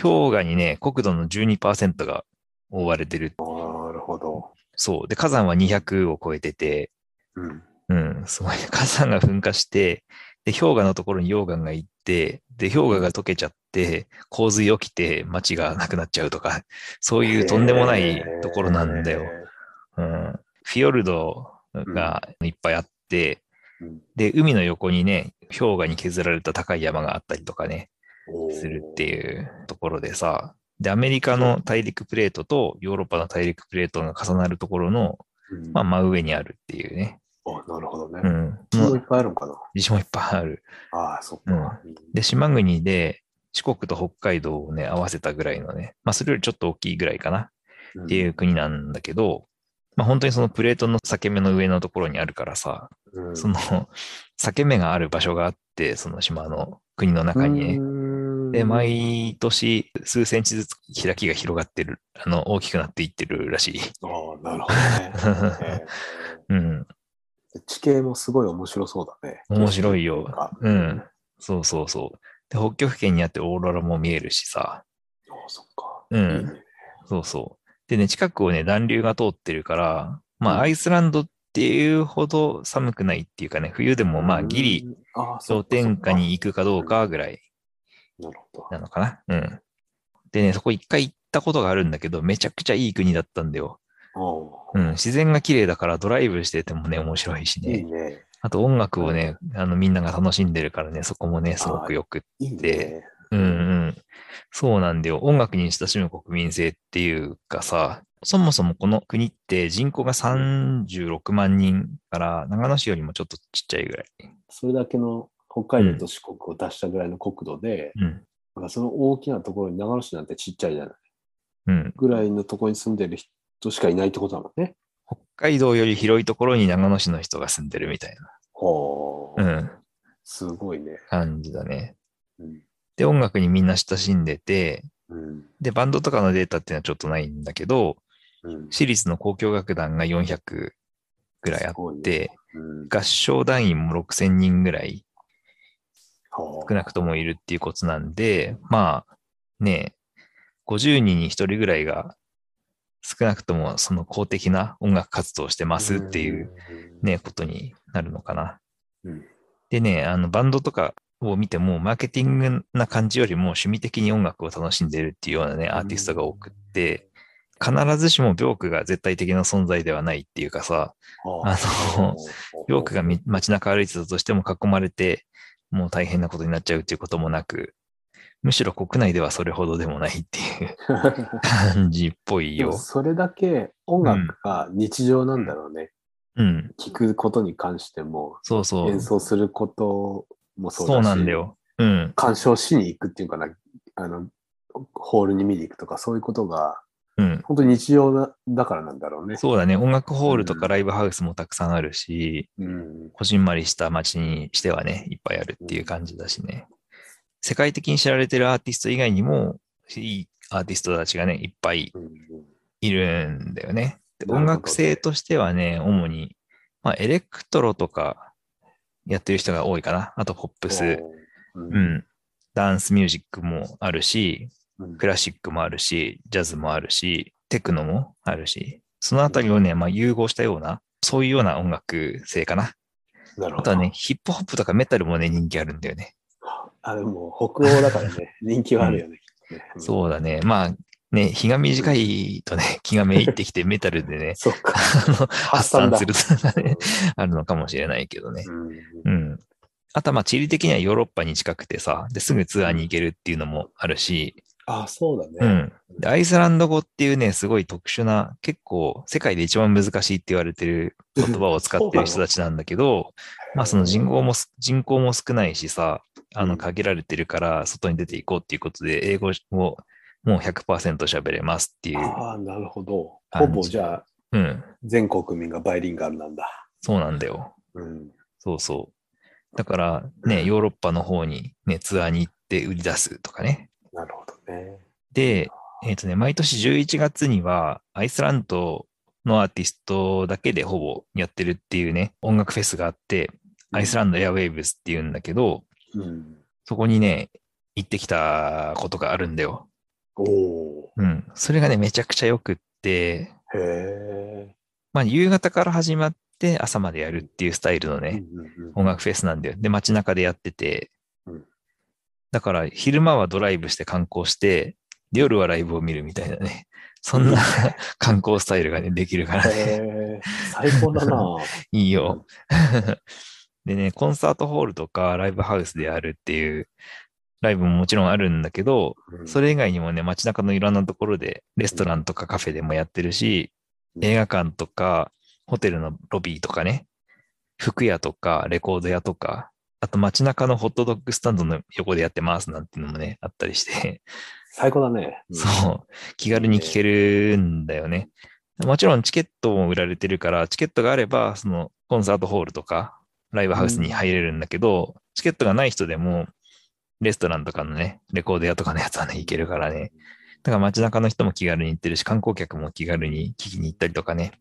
氷河にね、国土の12%が覆われてる。
なるほど。
そう。で、火山は200を超えてて、
うん。
うん、 すごい。火山が噴火して、で、氷河のところに溶岩が行って、で、氷河が溶けちゃって、洪水起きて、町がなくなっちゃうとか、そういうとんでもないところなんだよ。うん、フィヨルドがいっぱいあって、
へー。うん
で、海の横にね、氷河に削られた高い山があったりとかね、
おー
するっていうところでさ、で、アメリカの大陸プレートとヨーロッパの大陸プレートが重なるところの、
うん
まあ、真上にあるっていうね。
あなるほどね。
う。
うんもいっぱいあるのかな。
地震もいっぱいある。
ああ、そっか。
で、島国で四国と北海道をね、合わせたぐらいのね、まあ、それよりちょっと大きいぐらいかな
うん
っていう国なんだけど、まあ、本当にそのプレートの裂け目の上のところにあるからさ、
うん
その裂け目がある場所があって、その島の国の中にね、
ね
で、毎年数センチずつ開きが広がってる、あの、大きくなっていってるらしい。
ああ、なるほど ね。
うん、
えー地形もすごい面白そうだね。
面白いよ
なんか
うん、そうそうそう。で、北極圏にあってオーロラも見えるしさ、
ああ、そっか。
う
いい
ん、
ね
そうそう。でね、近くをね、暖流が通ってるから、ま
うん
あ、アイスランドっていうほど寒くないっていうかね、冬でもまあ、ギリ、、
ああそっ
氷
か
点下に行くかどうかぐらい
そっかなるほ
なのかな。うん。でね、そこ一回行ったことがあるんだけど、めちゃくちゃいい国だったんだよ。
ど。
うん。自然が綺麗だからドライブしててもね、面白いし
うんいい
ね。
ね。
あと音楽をね、あの、みんなが楽しんでるからね、そこもね、すごくよくっ
いいね
で。うんうん。そうなんだよ。音楽に親しむ国民性っていうかさ、そもそもこの国って人口が36万人から、長野市よりもちょっとちっちゃいぐらい。
それだけの北海道と四国を出したぐらいの国土で、
うん。
なんかその大きなところに長野市なんてちっちゃいじゃない。
うん。
ぐらいのところに住んでる人しかいないってことだもんね。
北海道より広いところに長野市の人が住んでるみたい
ほう、
な、うん、
すごいね。
感じだね。
うん。
で、音楽にみんな親しんでて、
うん。
で、バンドとかのデータっていうのはちょっとないんだけど、
うん、
私立の交響楽団が400ぐらいあっ、
ってうん、
合唱団員も6000人ぐらい
ほう
少なくともいるっていうことなんで、まあねえ、50人に1人ぐらいが少なくともその公的な音楽活動をしてますっていう、ね、ことになるのかな。
うん
でね、あのバンドとかを見てもマーケティングな感じよりも趣味的に音楽を楽しんでるっていうようなね、アーティストが多くって、必ずしもビョークが絶対的な存在ではないっていうかさ、
うん、
あのヨークがみ街中歩いてたとしても囲まれて、もう大変なことになっちゃうっていうこともなく、むしろ国内ではそれほどでもないっていう感じっぽい
でも
よ。
それだけ音楽が日常なんだろうね。
うん。
聞くことに関しても、
そうそう
演。奏することもそうだし、
そうなんだよ。うん。
鑑賞しに行くっていうかな、あの、ホールに見に行くとか、そういうことが、
うん。
本当に日常だだからなんだろうね。
そうだね。音楽ホールと
う
かライブハウスもたくさんあるし、
うん。
こじんまりした街にしてはね、いっぱいあるっていう感じだしね。世界的に知られてるアーティスト以外にも、いいアーティストたちがね、いっぱい
うん
いるんだよね。で
なるほ
音
ど
楽性としてはね、主に、まあ、エレクトロとかやってる人が多いかな。あと、ポップス、
うん
う。ん。ダンスミュージックもあるし、
うん
クラシックもあるし、ジャズもあるし、テクノもあるし、そのあたりをね、まあ、融合したような、そういうような音楽性かな。
なる
あ
ほ
と
ど
はね、。ヒップホップとかメタルもね、人気あるんだよね。
あ、でも北欧だから ね、人気はあるよね。きっとねうん、
そうだね。まあ、ね、日が短いとね、気がめいってきてメタルでね
そうか。
あの、
発
発
散
散
だ
するとかね、あるのかもしれないけど ね。
うん
うん。あとはまあ、地理的にはヨーロッパに近くてさ、ですぐツアーに行けるっていうのもあるし、
あ、そうだね。
うん。で、アイスランド語っていうね、すごい特殊な、結構世界で一番難しいって言われてる言葉を使ってる人たちなんだけど、まあその人口もす、人口も少ないしさ、あ
うん
の限られてるから外に出ていこうっていうことで、英語をもう100%喋れますっていう。
ああ、なるほど。ほ
感じ
ぼじゃあ、
うん。
全国民がバイリンガルなんだ。
そうなんだよ。
うん。
そうそう。だからね、ヨーロッパの方にね、ツアーに行って売り出すとかね。
なるほどね。
で、えっ、とね、毎年11月には、アイスランドのアーティストだけでほぼやってるっていうね、音楽フェスがあって、アイスランドエアウェイブスっていうんだけど、
うん。
そこにね、行ってきたことがあるんだよ。
おお
うん。それがね、めちゃくちゃよくって、
ー。へえ。
まあ、夕方から始まって朝までやるっていうスタイルの
うん
ね、
うんうん
音楽フェスなんだよ。で、街中でやってて
うん、
だから昼間はドライブして観光して、で夜はライブを見るみたいなね、そんな観光スタイルがね、できるからね、
へえ。最高だ な。
いいよ。 でね、コンサートホールとかライブハウスでやるっていうライブももちろんあるんだけど、
うん
それ以外にもね、街中のいろんなところで、レストランとかカフェでもやってるし、映画館とか、ホテルのロビーとかね、服屋とか、レコード屋とか、あと街中のホットドッグスタンドの横でやってますなんていうのもね、あったりして、
最高だね。うん
そう、気軽に聞けるんだよね。もちろんチケットも売られてるから、チケットがあれば、そのコンサートホールとか、ライブハウスに入れるんだけど、チケットがない人でも、レストランとかのね、レコード屋とかのやつはね、行けるからね。だから街中の人も気軽に行ってるし、観光客も気軽に聞きに行ったりとかね、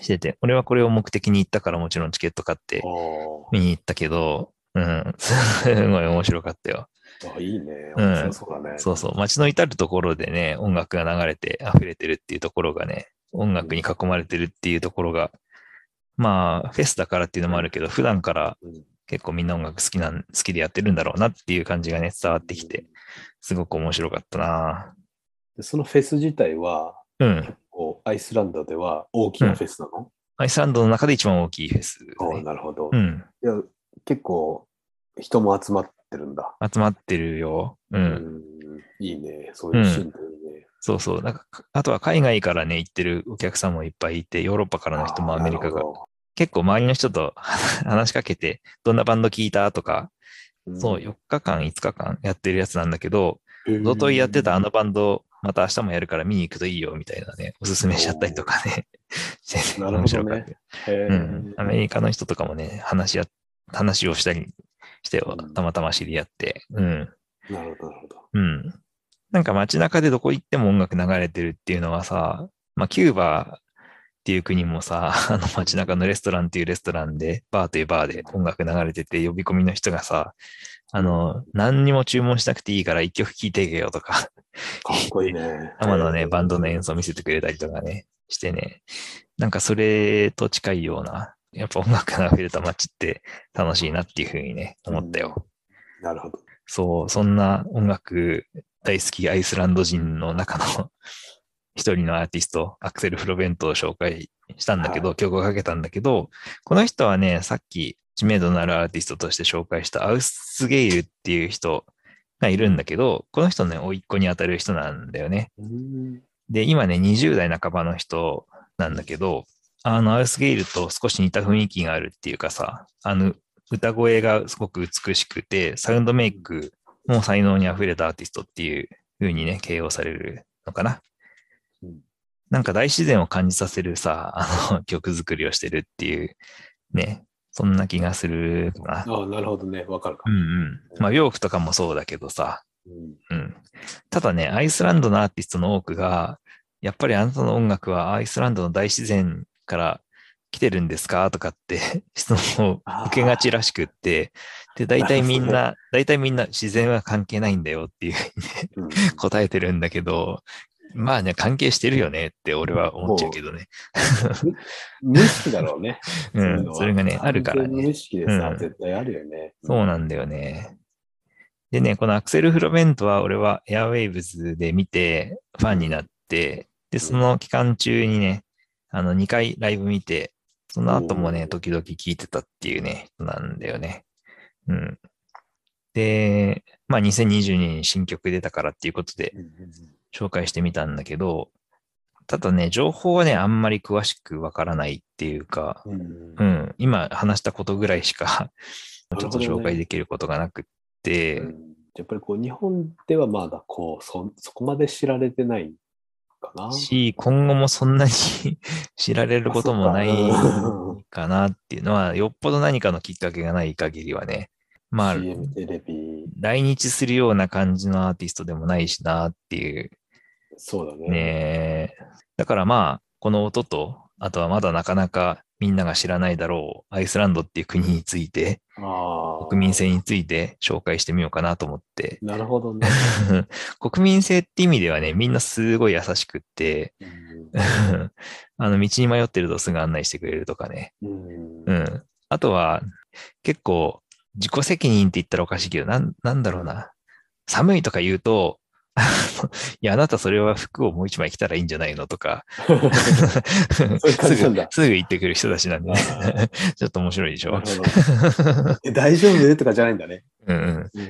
してて、俺はこれを目的に行ったからもちろんチケット買って
お
見に行ったけど、うん、 すごい面白かったよ。
ーあいいね。
うん
面白そうだね。
そうそう、街の至るところでね、音楽が流れて溢れてるっていうところがね、音楽に囲まれてるっていうところが、まあ、フェスだからっていうのもあるけど、普段から
うん
結構みんな音楽好きなん、好きでやってるんだろうなっていう感じがね、伝わってきて、すごく面白かったな
でそのフェス自体は、
うん。
こうアイスランドでは大きなフェスなの、
アイスランドの中で一番大きいフェス、
ああ
ね。
なるほど、
う
い
ん。
や。結構人も集まってるんだ。
集まってるよ。う。
うんんいいね。そういうシーンだよね。
そうそう。なんか、あとは海外からね、行ってるお客さんもいっぱいいて、ヨーロッパからの人も
あー
アメリカ
な
が
る。ほ
結構周りの人と 話しかけて、どんなバンド聞いたとか、
ど
そう、4日間、5日間やってるやつなんだけど、
うん
一昨日やってたあのバンド、また明日もやるから見に行くといいよみたいなね、おすすめしちゃったりとかね、 してて
なるほどね
面白かったよ。
へー
うん。アメリカの人とかもね、話し合っ話をしたりしては
うん
たまたま知り合って、うん。
なるほど、なるほど。
うん。なんか街中でどこ行っても音楽流れてるっていうのはさ、まあ、キューバっていう国もさ、 あの街中のレストランっていうレストランで、バーというバーで音楽流れてて、呼び込みの人がさ、あの、何にも注文しなくていいから一曲聴いてけよとか、
かっこいいね。
生のね、バンドの
演
演奏見せてくれたりとかね、してね、なんかそれと近いような、やっぱ音楽が溢れた街って楽しいなっていうふうにね、思ったよ。
なるほど。
そう、そんな音楽大好きアイスランド人の中の 一人のアーティスト、アクセル・フロベントを紹介したんだけど、曲をかけたんだけど、この人はね、さっき知名度のあるアーティストとして紹介したアウスゲイルっていう人がいるんだけど、この人ね、甥いっ子に当たる人なんだよね。
うん。
で、今ね、20代半ばの人なんだけど、あの、アウスゲイルと少し似た雰囲気があるっていうかさ、あの、歌声がすごく美しくて、サウンドメイクも才能に溢れたアーティストっていう風にね、形容されるのかな
うん。
なんか大自然を感じさせるさ、あの、 曲作りをしてるっていう、ね、そんな気がするかな。
ああ、なるほどね。わかるか
うん。うん。まあ、洋服とかもそうだけどさ、
うん
うん。ただね、アイスランドのアーティストの多くが、やっぱりあなたの音楽はアイスランドの大自然から来てるんですかとかって 質問を受けがちらしくって、で、大体みん
な
な、大体みんな自然は関係ないんだよっていう
うん
答えてるんだけど、まあね、関係してるよねって俺は思っちゃうけどね。
無意識だろうね。
う
そういうの
ん、
は
それがね、あるから
完全に
ね
無。意識でさ、
うん
絶対あるよね。
そうなんだよね。でね、このアクセル・フロメントは俺はエアウェイブズで見てファンになって、で、その期間中にね、あの2回ライブ見て、その後も
お
ね、
ー
時々聴いてたっていうね、人なんだよね。うん。で、まあ2022年に新曲出たからっていうことで
うんうん
紹介してみたんだけど、ただね、情報はね、あんまり詳しくわからないっていうか、
うんうん
う。ん、今話したことぐらいしか
な
ちょっ
るほど
と
ね
紹介できることがなくって、
うんやっぱりこう、日本ではまだこう、そそこまで知られてないかな。
し、今後もそんなに 知られることもない
あそ
かなっていうのは、よっぽど何かのきっかけがない限りはね、まあ、
CM テレビ、
来日するような感じのアーティストでもないしなっていう
そうだね。
ね。だからまあ、この音と、あとはまだなかなかみんなが知らないだろう、アイスランドっていう国について、
ああ。
国民性について紹介してみようかなと思って、
なるほど ね。
国民性って意味ではね、みんなすごい優しくって、 あの、道に迷ってるとすぐ案内してくれるとかね。
うん。う
うんん。あとは、結構、自己責任って言ったらおかしいけど、なん、なんだろうな。寒いとか言うと、 あのいや、あなたそれは服をもう一枚着たらいいんじゃないのと か、すぐ
そういう感じなんだ、
すぐ言ってくる人たちなんでね、 ちょっと面白いでし
な
ょ
る。ほ どえ大丈夫とかじゃないんだね。
うんう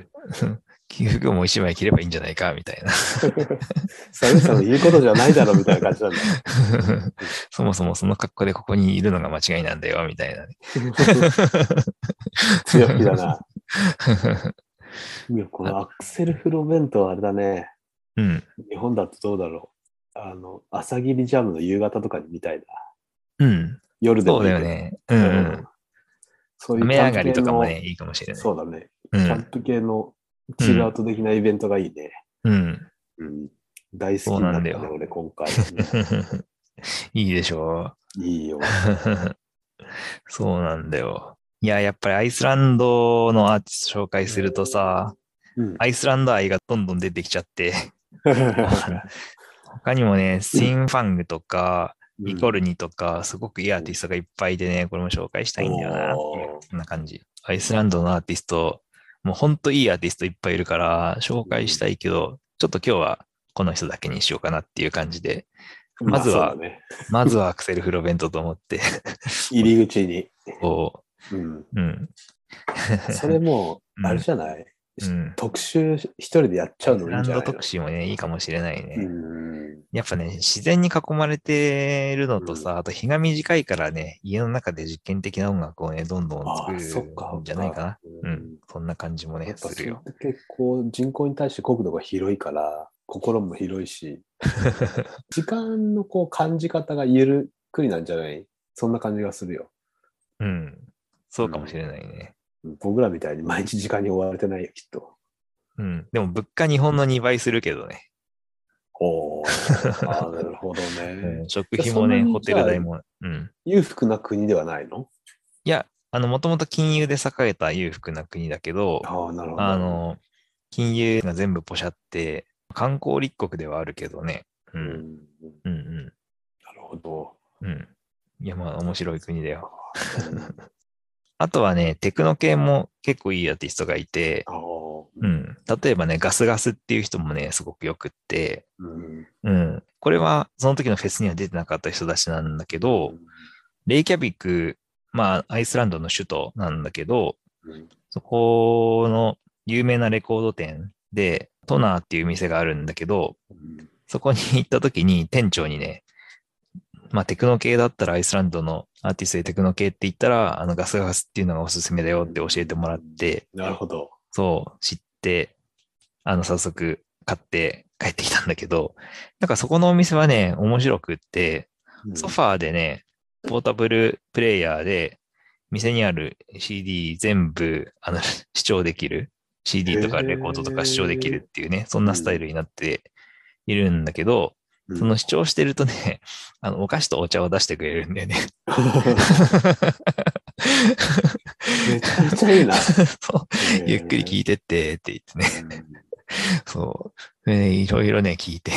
ん。服をもう一枚着ればいいんじゃないか、みたいな。
寒さの言うことじゃないだろうみたいな感じなんだ。
そもそもその格好でここにいるのが間違いなんだよ、みたいなね。
強気だな。いやこのアクセル・フロメントはあれだね。
うん。
日本だとどうだろう。あの、朝霧ジャムの夕方とかにみたいな。
うん。
夜で
そ
も
う
いい
だ
け
よ
ど。
ね。うんうん。
そういう
雨
キャ
上
ンプ
が
系
り
の
とかもね、いいかもしれない。
そうだね。
う
キャン
ん。
プ系のチルアウト的なイベントがいいね。
うん。
うん大好き
そうな
なんん
だ
だ
よ
よ、俺、今回。
いいでしょ
いいよ。
う。そうなんだよ。いや、やっぱりアイスランドのアーティスト紹介するとさ、
うん
アイスランド愛がどんどん出てきちゃ って、他にもね、スインファングとか、ニコルニとか、すごくいいアーティストがいっぱいでね、これも紹介したいんだよな。
お
こ
ー
んな感じ。アイスランドのアーティスト、もうほんといいアーティストいっぱいいるから、紹介したいけど、ちょっと今日はこの人だけにしようかなっていう感じで、
うん
まずは
あそうだね
まずはアクセル・フロベントと思って、
入り口に。
こ
うん
う、うん。
それも
う、ん
あれじゃない
うん。
特集一人でやっちゃうのもいい
ラ
ん
ン
じゃ
ド
ないの
特集もね、いいかもしれないね。
うん
やっぱね、自然に囲まれてるのとさ、あと日が短いからね、家の中で実験的な音楽をね、どんどん作
あーそっか
るんじゃないかな。
そっ
う
か
ん。そんな感じも
や
ね
っ、ぱ
するよ。
それって結構人口に対して国土が広いから、心も広 いし、時間のこう感じ方がゆるっくりなんじゃないそんな感じがするよ。
うん。そうかもしれないね。
うん僕らみたいに毎日時間に追われてないよ、きっと。
うん。でも物価日本の2倍するけどね。
おー、 あーなるほど
う
ね
ん。食費もね、
そんなに
ホテル代も。うん。
裕福な国ではないの
いや、あの、もともと金融で栄えた裕福な国だけど、
ああ、なるほど。
あの、金融が全部ポシャって、観光立国ではあるけどね。う。
うんん、
うんうん
なるほど。
うん。いや、まあ、面白い国だよ。
うんあ
あとはね、テクノ系も結構いいアーティストがいて、
ー
うん。例えばね、ガスガスっていう人もね、すごくよくって、
うん
うん。これは、その時のフェスには出てなかった人たちなんだけど、レイキャビク、まあ、アイスランドの首都なんだけど、
うん
そこの有名なレコード店で、トナーっていう店があるんだけど、
うん
そこに行った時に店長にね、まあテクノ系だったらアイスランドのアーティストでテクノ系って言ったら、あのガスガスっていうのがおすすめだよって教えてもらって、
なるほど。
そう、知って、あの、早速買って帰ってきたんだけど、なんかそこのお店はね、面白くって、ソファーでね、ポータブルプレイヤーで、店にある CD 全部、あの、 視聴できる。CD とかレコードとか視聴できるっていうね、そんなスタイルになっているんだけど、
うん
その視聴してるとね、 あの、お菓子とお茶を出してくれるんだよ ね。
めちゃめちゃいいな。
そう ゆっくり聞
い
いてってって言ってね、
て。
そう。それでいろいろね、聞いて、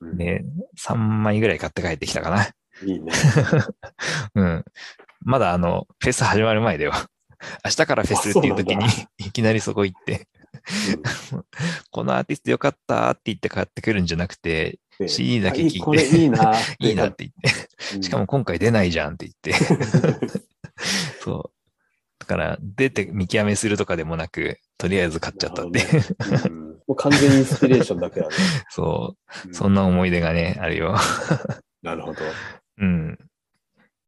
うん
ね、3枚ぐらい買って帰ってきたかな。
いいね。
うん。まだあの、フェス始まる前だよ。 明日からフェスっていう時に
あそ、
いきなりそこ行って、このアーティストよかったって言って買ってくるんじゃなくて、
うん
CD だけ聞いて
あこれいいな。
いいなって言って、
うん。
しかも今回出ないじゃんって言 って、そう。だから、出て見極めするとかでもなく、とりあえず買っちゃったっていう、
うん。もう完全にインスピレーションだけだね。
そうう。
ん
そんな思い出がね、あるよ。
なるほど。
うん。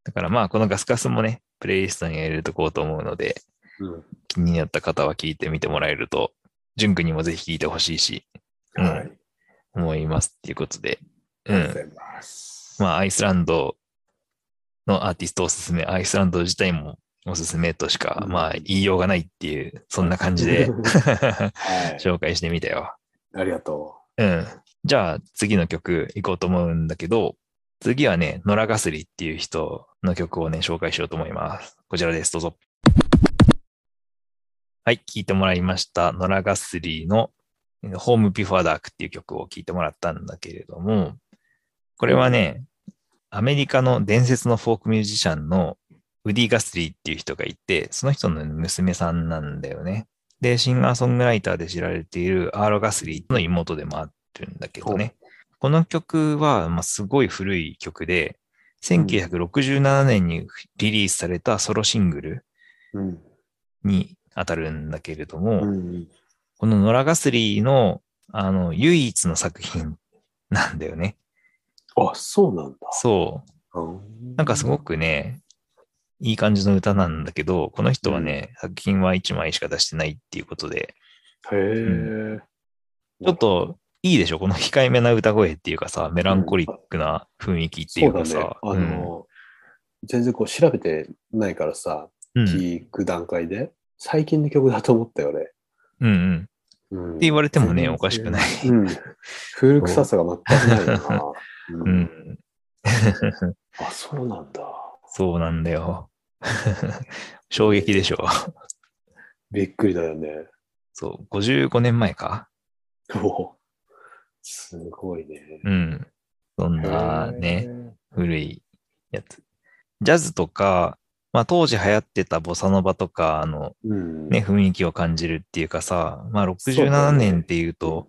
だからまあ、このガスガスもね、プレイリストに入れておこうと思うので、
うん
気になった方は聞いてみてもらえると、ジュン君にもぜひ聞いてほしいし、うん
はい。あり
思いますっていうことで、う
がとうご
ん。
ざいます。
まあ、アイスランドのアーティストおすすめ、アイスランド自体もおすすめとしか、
うん
まあ、言いようがないっていう、そんな感じで
はい。
紹介してみたよ。
ありがと
うん。じゃあ、次の曲行こうと思うんだけど、次はね、ノラガスリっていう人の曲をね、紹介しようと思います。こちらです。どうぞ。はい、聴いてもらいました。ノラガスリのえーホームビフォーダークっていう曲を聴いてもらったんだけれども、これはね、アメリカの伝説のフォークミュージシャンのウディ・ガスリーっていう人がいて、その人の娘さんなんだよね。で、シンガーソングライターで知られているアーロ・ガスリーの妹でもあるんだけどね。この曲は、まあ、すごい古い曲で、1967年にリリースされたソロシングル
う。うん。
に当たるんだけれど
う
も、
ん。
このノラ・ガスリーのあの唯一の作品なんだよね。
あ、そうなんだ。
そう。なんかすご
く。
くね、いい感じの歌なんだけど、この人はね、作品は1枚しか出してないっていうことで、
へえ。
ちょっといいでしょこの控えめな歌声っていうかさ、メランコリックな雰囲気ってい
そううだ
か
ね
さ。。
あの、全然こう調べてないからさ、
うん、うん
聞く段階で、最近の曲だと思ったよ、俺。
うんうん。
うん
って言われてもね
全然
おかしくない
うん。古臭さが全くないな。う
うんん。
あ、そうなんだ。
そうなんだよ。 衝撃でしょ
びっくりだよね。
そう、55年前か。
おすごいね。
うん。そんなね、古いやつ。ジャズとか、まあ当時流行ってたボサノバとか、あの、
へー。うん。
ね、雰囲気を感じるっていうかさ、まあ
そうだ
67
よね
年っていうと、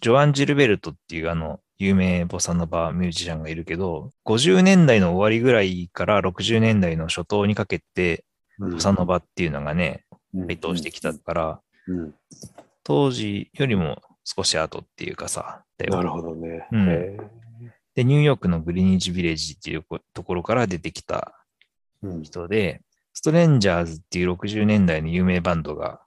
ジョアン・ジルベルトっていうあの、有名ボサノバミュージシャンがいるけど、50年代の終わりぐらいから60年代の初頭にかけて、
うん、
ボサノバっていうのがね、台頭してきたから、
うん。
当時よりも少し後っていうかさ、だよ
なるほどね。
うん
へー
で、ニューヨークのグリニージ・ビレッジっていうこところから出てきた
うん
人で、ストレンジャーズっていう60年代の有名バンドが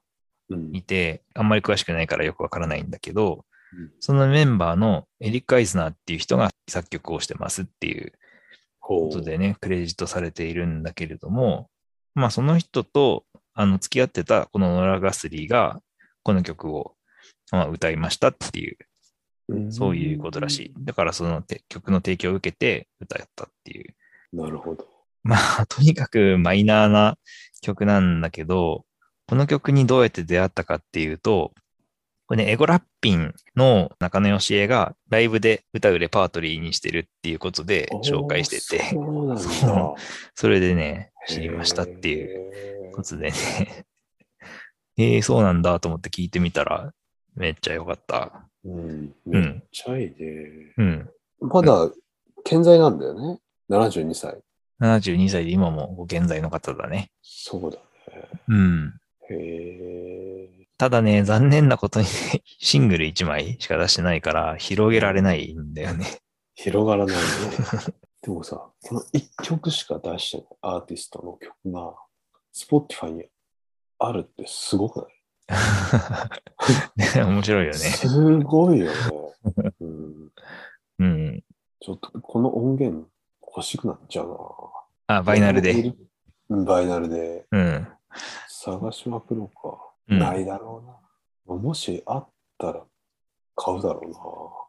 うん
いて、あんまり詳しくないからよくわからないんだけど
うん、
そのメンバーのエリック・アイスナーっていう人が作曲をしてますっていう
ほ
こ
う
とでね、クレジットされているんだけれども、まあその人とあの付き合ってたこのノラ・ガスリーがこの曲をまあ歌いましたっていう、そういうことらしい。だからそのて曲の提供を受けて歌ったっていう。
うん。なるほど。
まあ、 とにかくマイナーな曲なんだけど、この曲にどうやって出会ったかっていうと、これね、エゴラッピンの中野義恵がライブで歌うレパートリーにしてるっていうことで紹介してて、
おーそうなん
そ。
だ
それでね、知りましたっていう
う
ことでね、 えー、そうなんだと思って聞いてみたら、めっちゃ良かった。
うん。
う
めっ
ん、
ちゃいいね。
うん。
まだ健在なんだよね。72歳。
72歳で今もご健在の方だね。
そうだね。
うん。
へえ。
ただね、残念なことに、ね、 シングル1枚しか出してないから、広げられないんだよね。
広がらないね。でもさ、この1曲しか出してないアーティストの曲が、Spotify にあるってすごくない
ね面白いよね。
す ごいよね。うん、
うん。
ちょっとこの音源欲しくなっちゃうな。
あ、バイナルで。
うん。バイナルで
うん。
探しまくろうか。
うん
ないだろうな。もしあったら買うだろ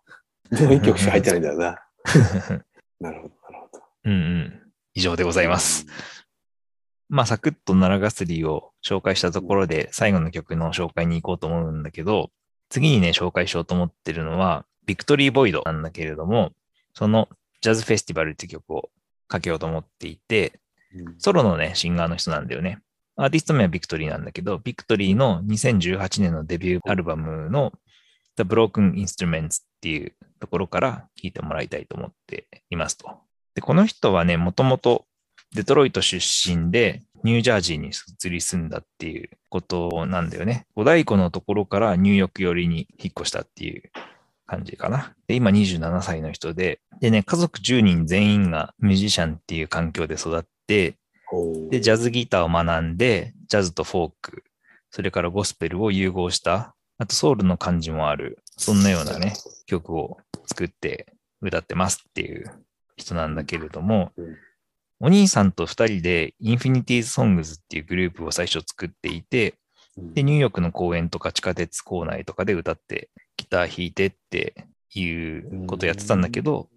うな。でも1曲しか入ってないんだよ な。なるほど、なるほど。
うんうん。以上でございます。
うん。
まあ、サクッとナラガスリーを紹介したところで、最後の曲の紹介に行こうと思うんだけど、次にね、紹介しようと思ってるのは、ビクトリー・ボイドなんだけれども、そのジャズフェスティバルって曲をかけようと思っていて、
うん
ソロのね、シンガーの人なんだよね。アーティスト名はビクトリーなんだけど、ビクトリーの2018年のデビューアルバムの The Broken Instruments っていうところから聴いてもらいたいと思っていますと。で、この人はね、もともとデトロイト出身で、ニュージャージーに移り住んだっていうことなんだよね。五大湖のところからニューヨーク寄りに引っ越したっていう感じかな。で、今27歳の人で、でね、家族10人全員がミュージシャンっていう環境で育って、
ほう
で、ジャズギターを学んで、ジャズとフォーク、それからゴスペルを融合した、あとソウルの感じもある、そんなようなね、曲を作って歌ってますっていう人なんだけれども
うん、
お兄さんと二人でインフィニティソングズっていうグループを最初作っていて、
うん
で、ニューヨークの公園とか地下鉄構内とかで歌って、ギター弾いてっていうことやってたんだけど、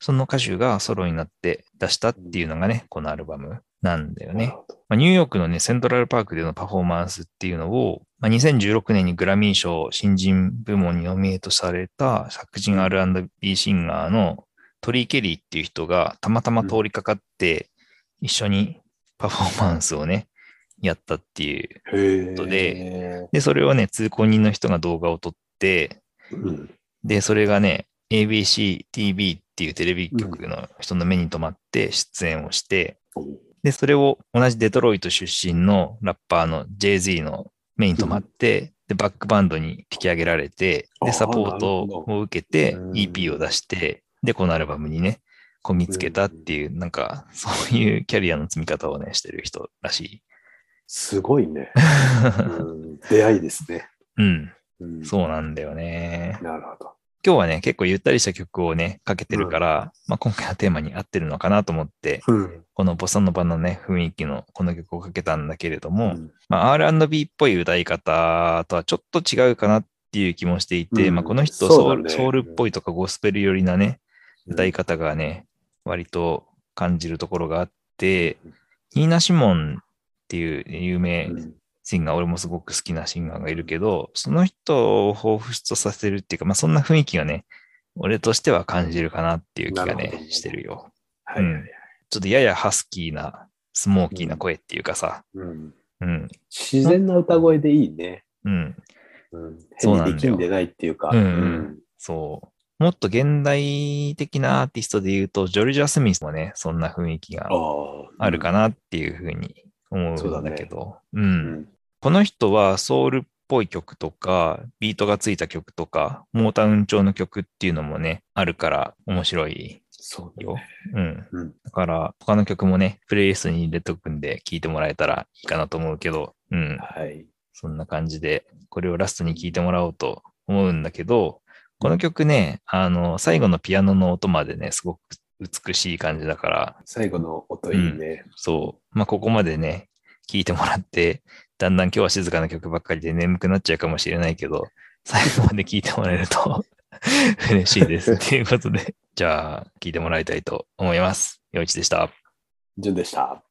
その歌手がソロになって出したっていうのがね、このアルバムなんだよ
な
ね
る。ほど
まあニューヨークのね、セントラルパークでのパフォーマンスっていうのを、まあ、2016年にグラミー賞新人部門にノミネートされた作人 R&B シンガーのトリー・ケリーっていう人がたまたま通りかかって、一緒にパフォーマンスをね、やったっていう。
へ
と
え。
で、それをね、通行人の人が動画を撮って、
うん
で、それがね、ABCTV っていうテレビ局の人の目に留まって出演をして、
ほう
で、それを同じデトロイト出身のラッパーの Jay-Z の目に留まって、で、バックバンドに引き上げられて、
あー
で、サポートを受けて
なるほどうん
EP を出して、で、このアルバムにね、こぎつけたっていう、なんか、そういうキャリアの積み方をね、してる人らしい。
すごいね。うん出会いですね。
うん、
うん
そうなんだよね。
なるほど。
今日はね、結構ゆったりした曲をね、かけてるから、まあ今回のテーマに合ってるのかなと思って、
うん
このボサノバのね、雰囲気のこの曲をかけたんだけれども、
うん
まあ、R&B っぽい歌い方とはちょっと違うかなっていう気もしていて、
うん
まあ、この人
そう
ソ
だ
ウル、
ね
ソウルっぽいとかゴスペル寄りなね、歌い方がね、割と感じるところがあって
うん、
ニーナ・シモンっていう有名
うん
シンガー、俺もすごく好きなシンガーがいるけど、その人を彷彿とさせるっていうか、まあ、そんな雰囲気がね、俺としては感じるかなっていう気が
なるほ
ね、
ど
してるよ。
はいはいはい。
ちょっとややハスキーな、スモーキーな声っていうかさ、
うん
うん、
自然な歌声でいいね。
うん、
うん
そう
変
なんだ
に
よ
力んでないっていうか。
うん
うん
そう。もっと現代的なアーティストで言うと、ジョルジャ・スミスもね、そんな雰囲気が
あ
あるかなっていうふうに思うんだけど、う。
なん
この人はソウルっぽい曲とか、ビートがついた曲とか、モータウン調の曲っていうのもね、あるから面白い
そう
よ
よ。。
うん。
うん
だから、他の曲もね、プレイリストに入れとくんで、聴いてもらえたらいいかなと思うけど、うん。
はい。
そんな感じで、これをラストに聴いてもらおうと思うんだけど、この曲ね、あの、最後のピアノの音までね、すごく美しい感じだから、
最後の音いいね。
そう、まあ、ここまでね、聴いてもらって、だんだん今日は静かな曲ばっかりで眠くなっちゃうかもしれないけど、最後まで聴いてもらえると 嬉しいです。っていうことで、じゃあ、聴いてもらいたいと思います。陽一でした。
順でした。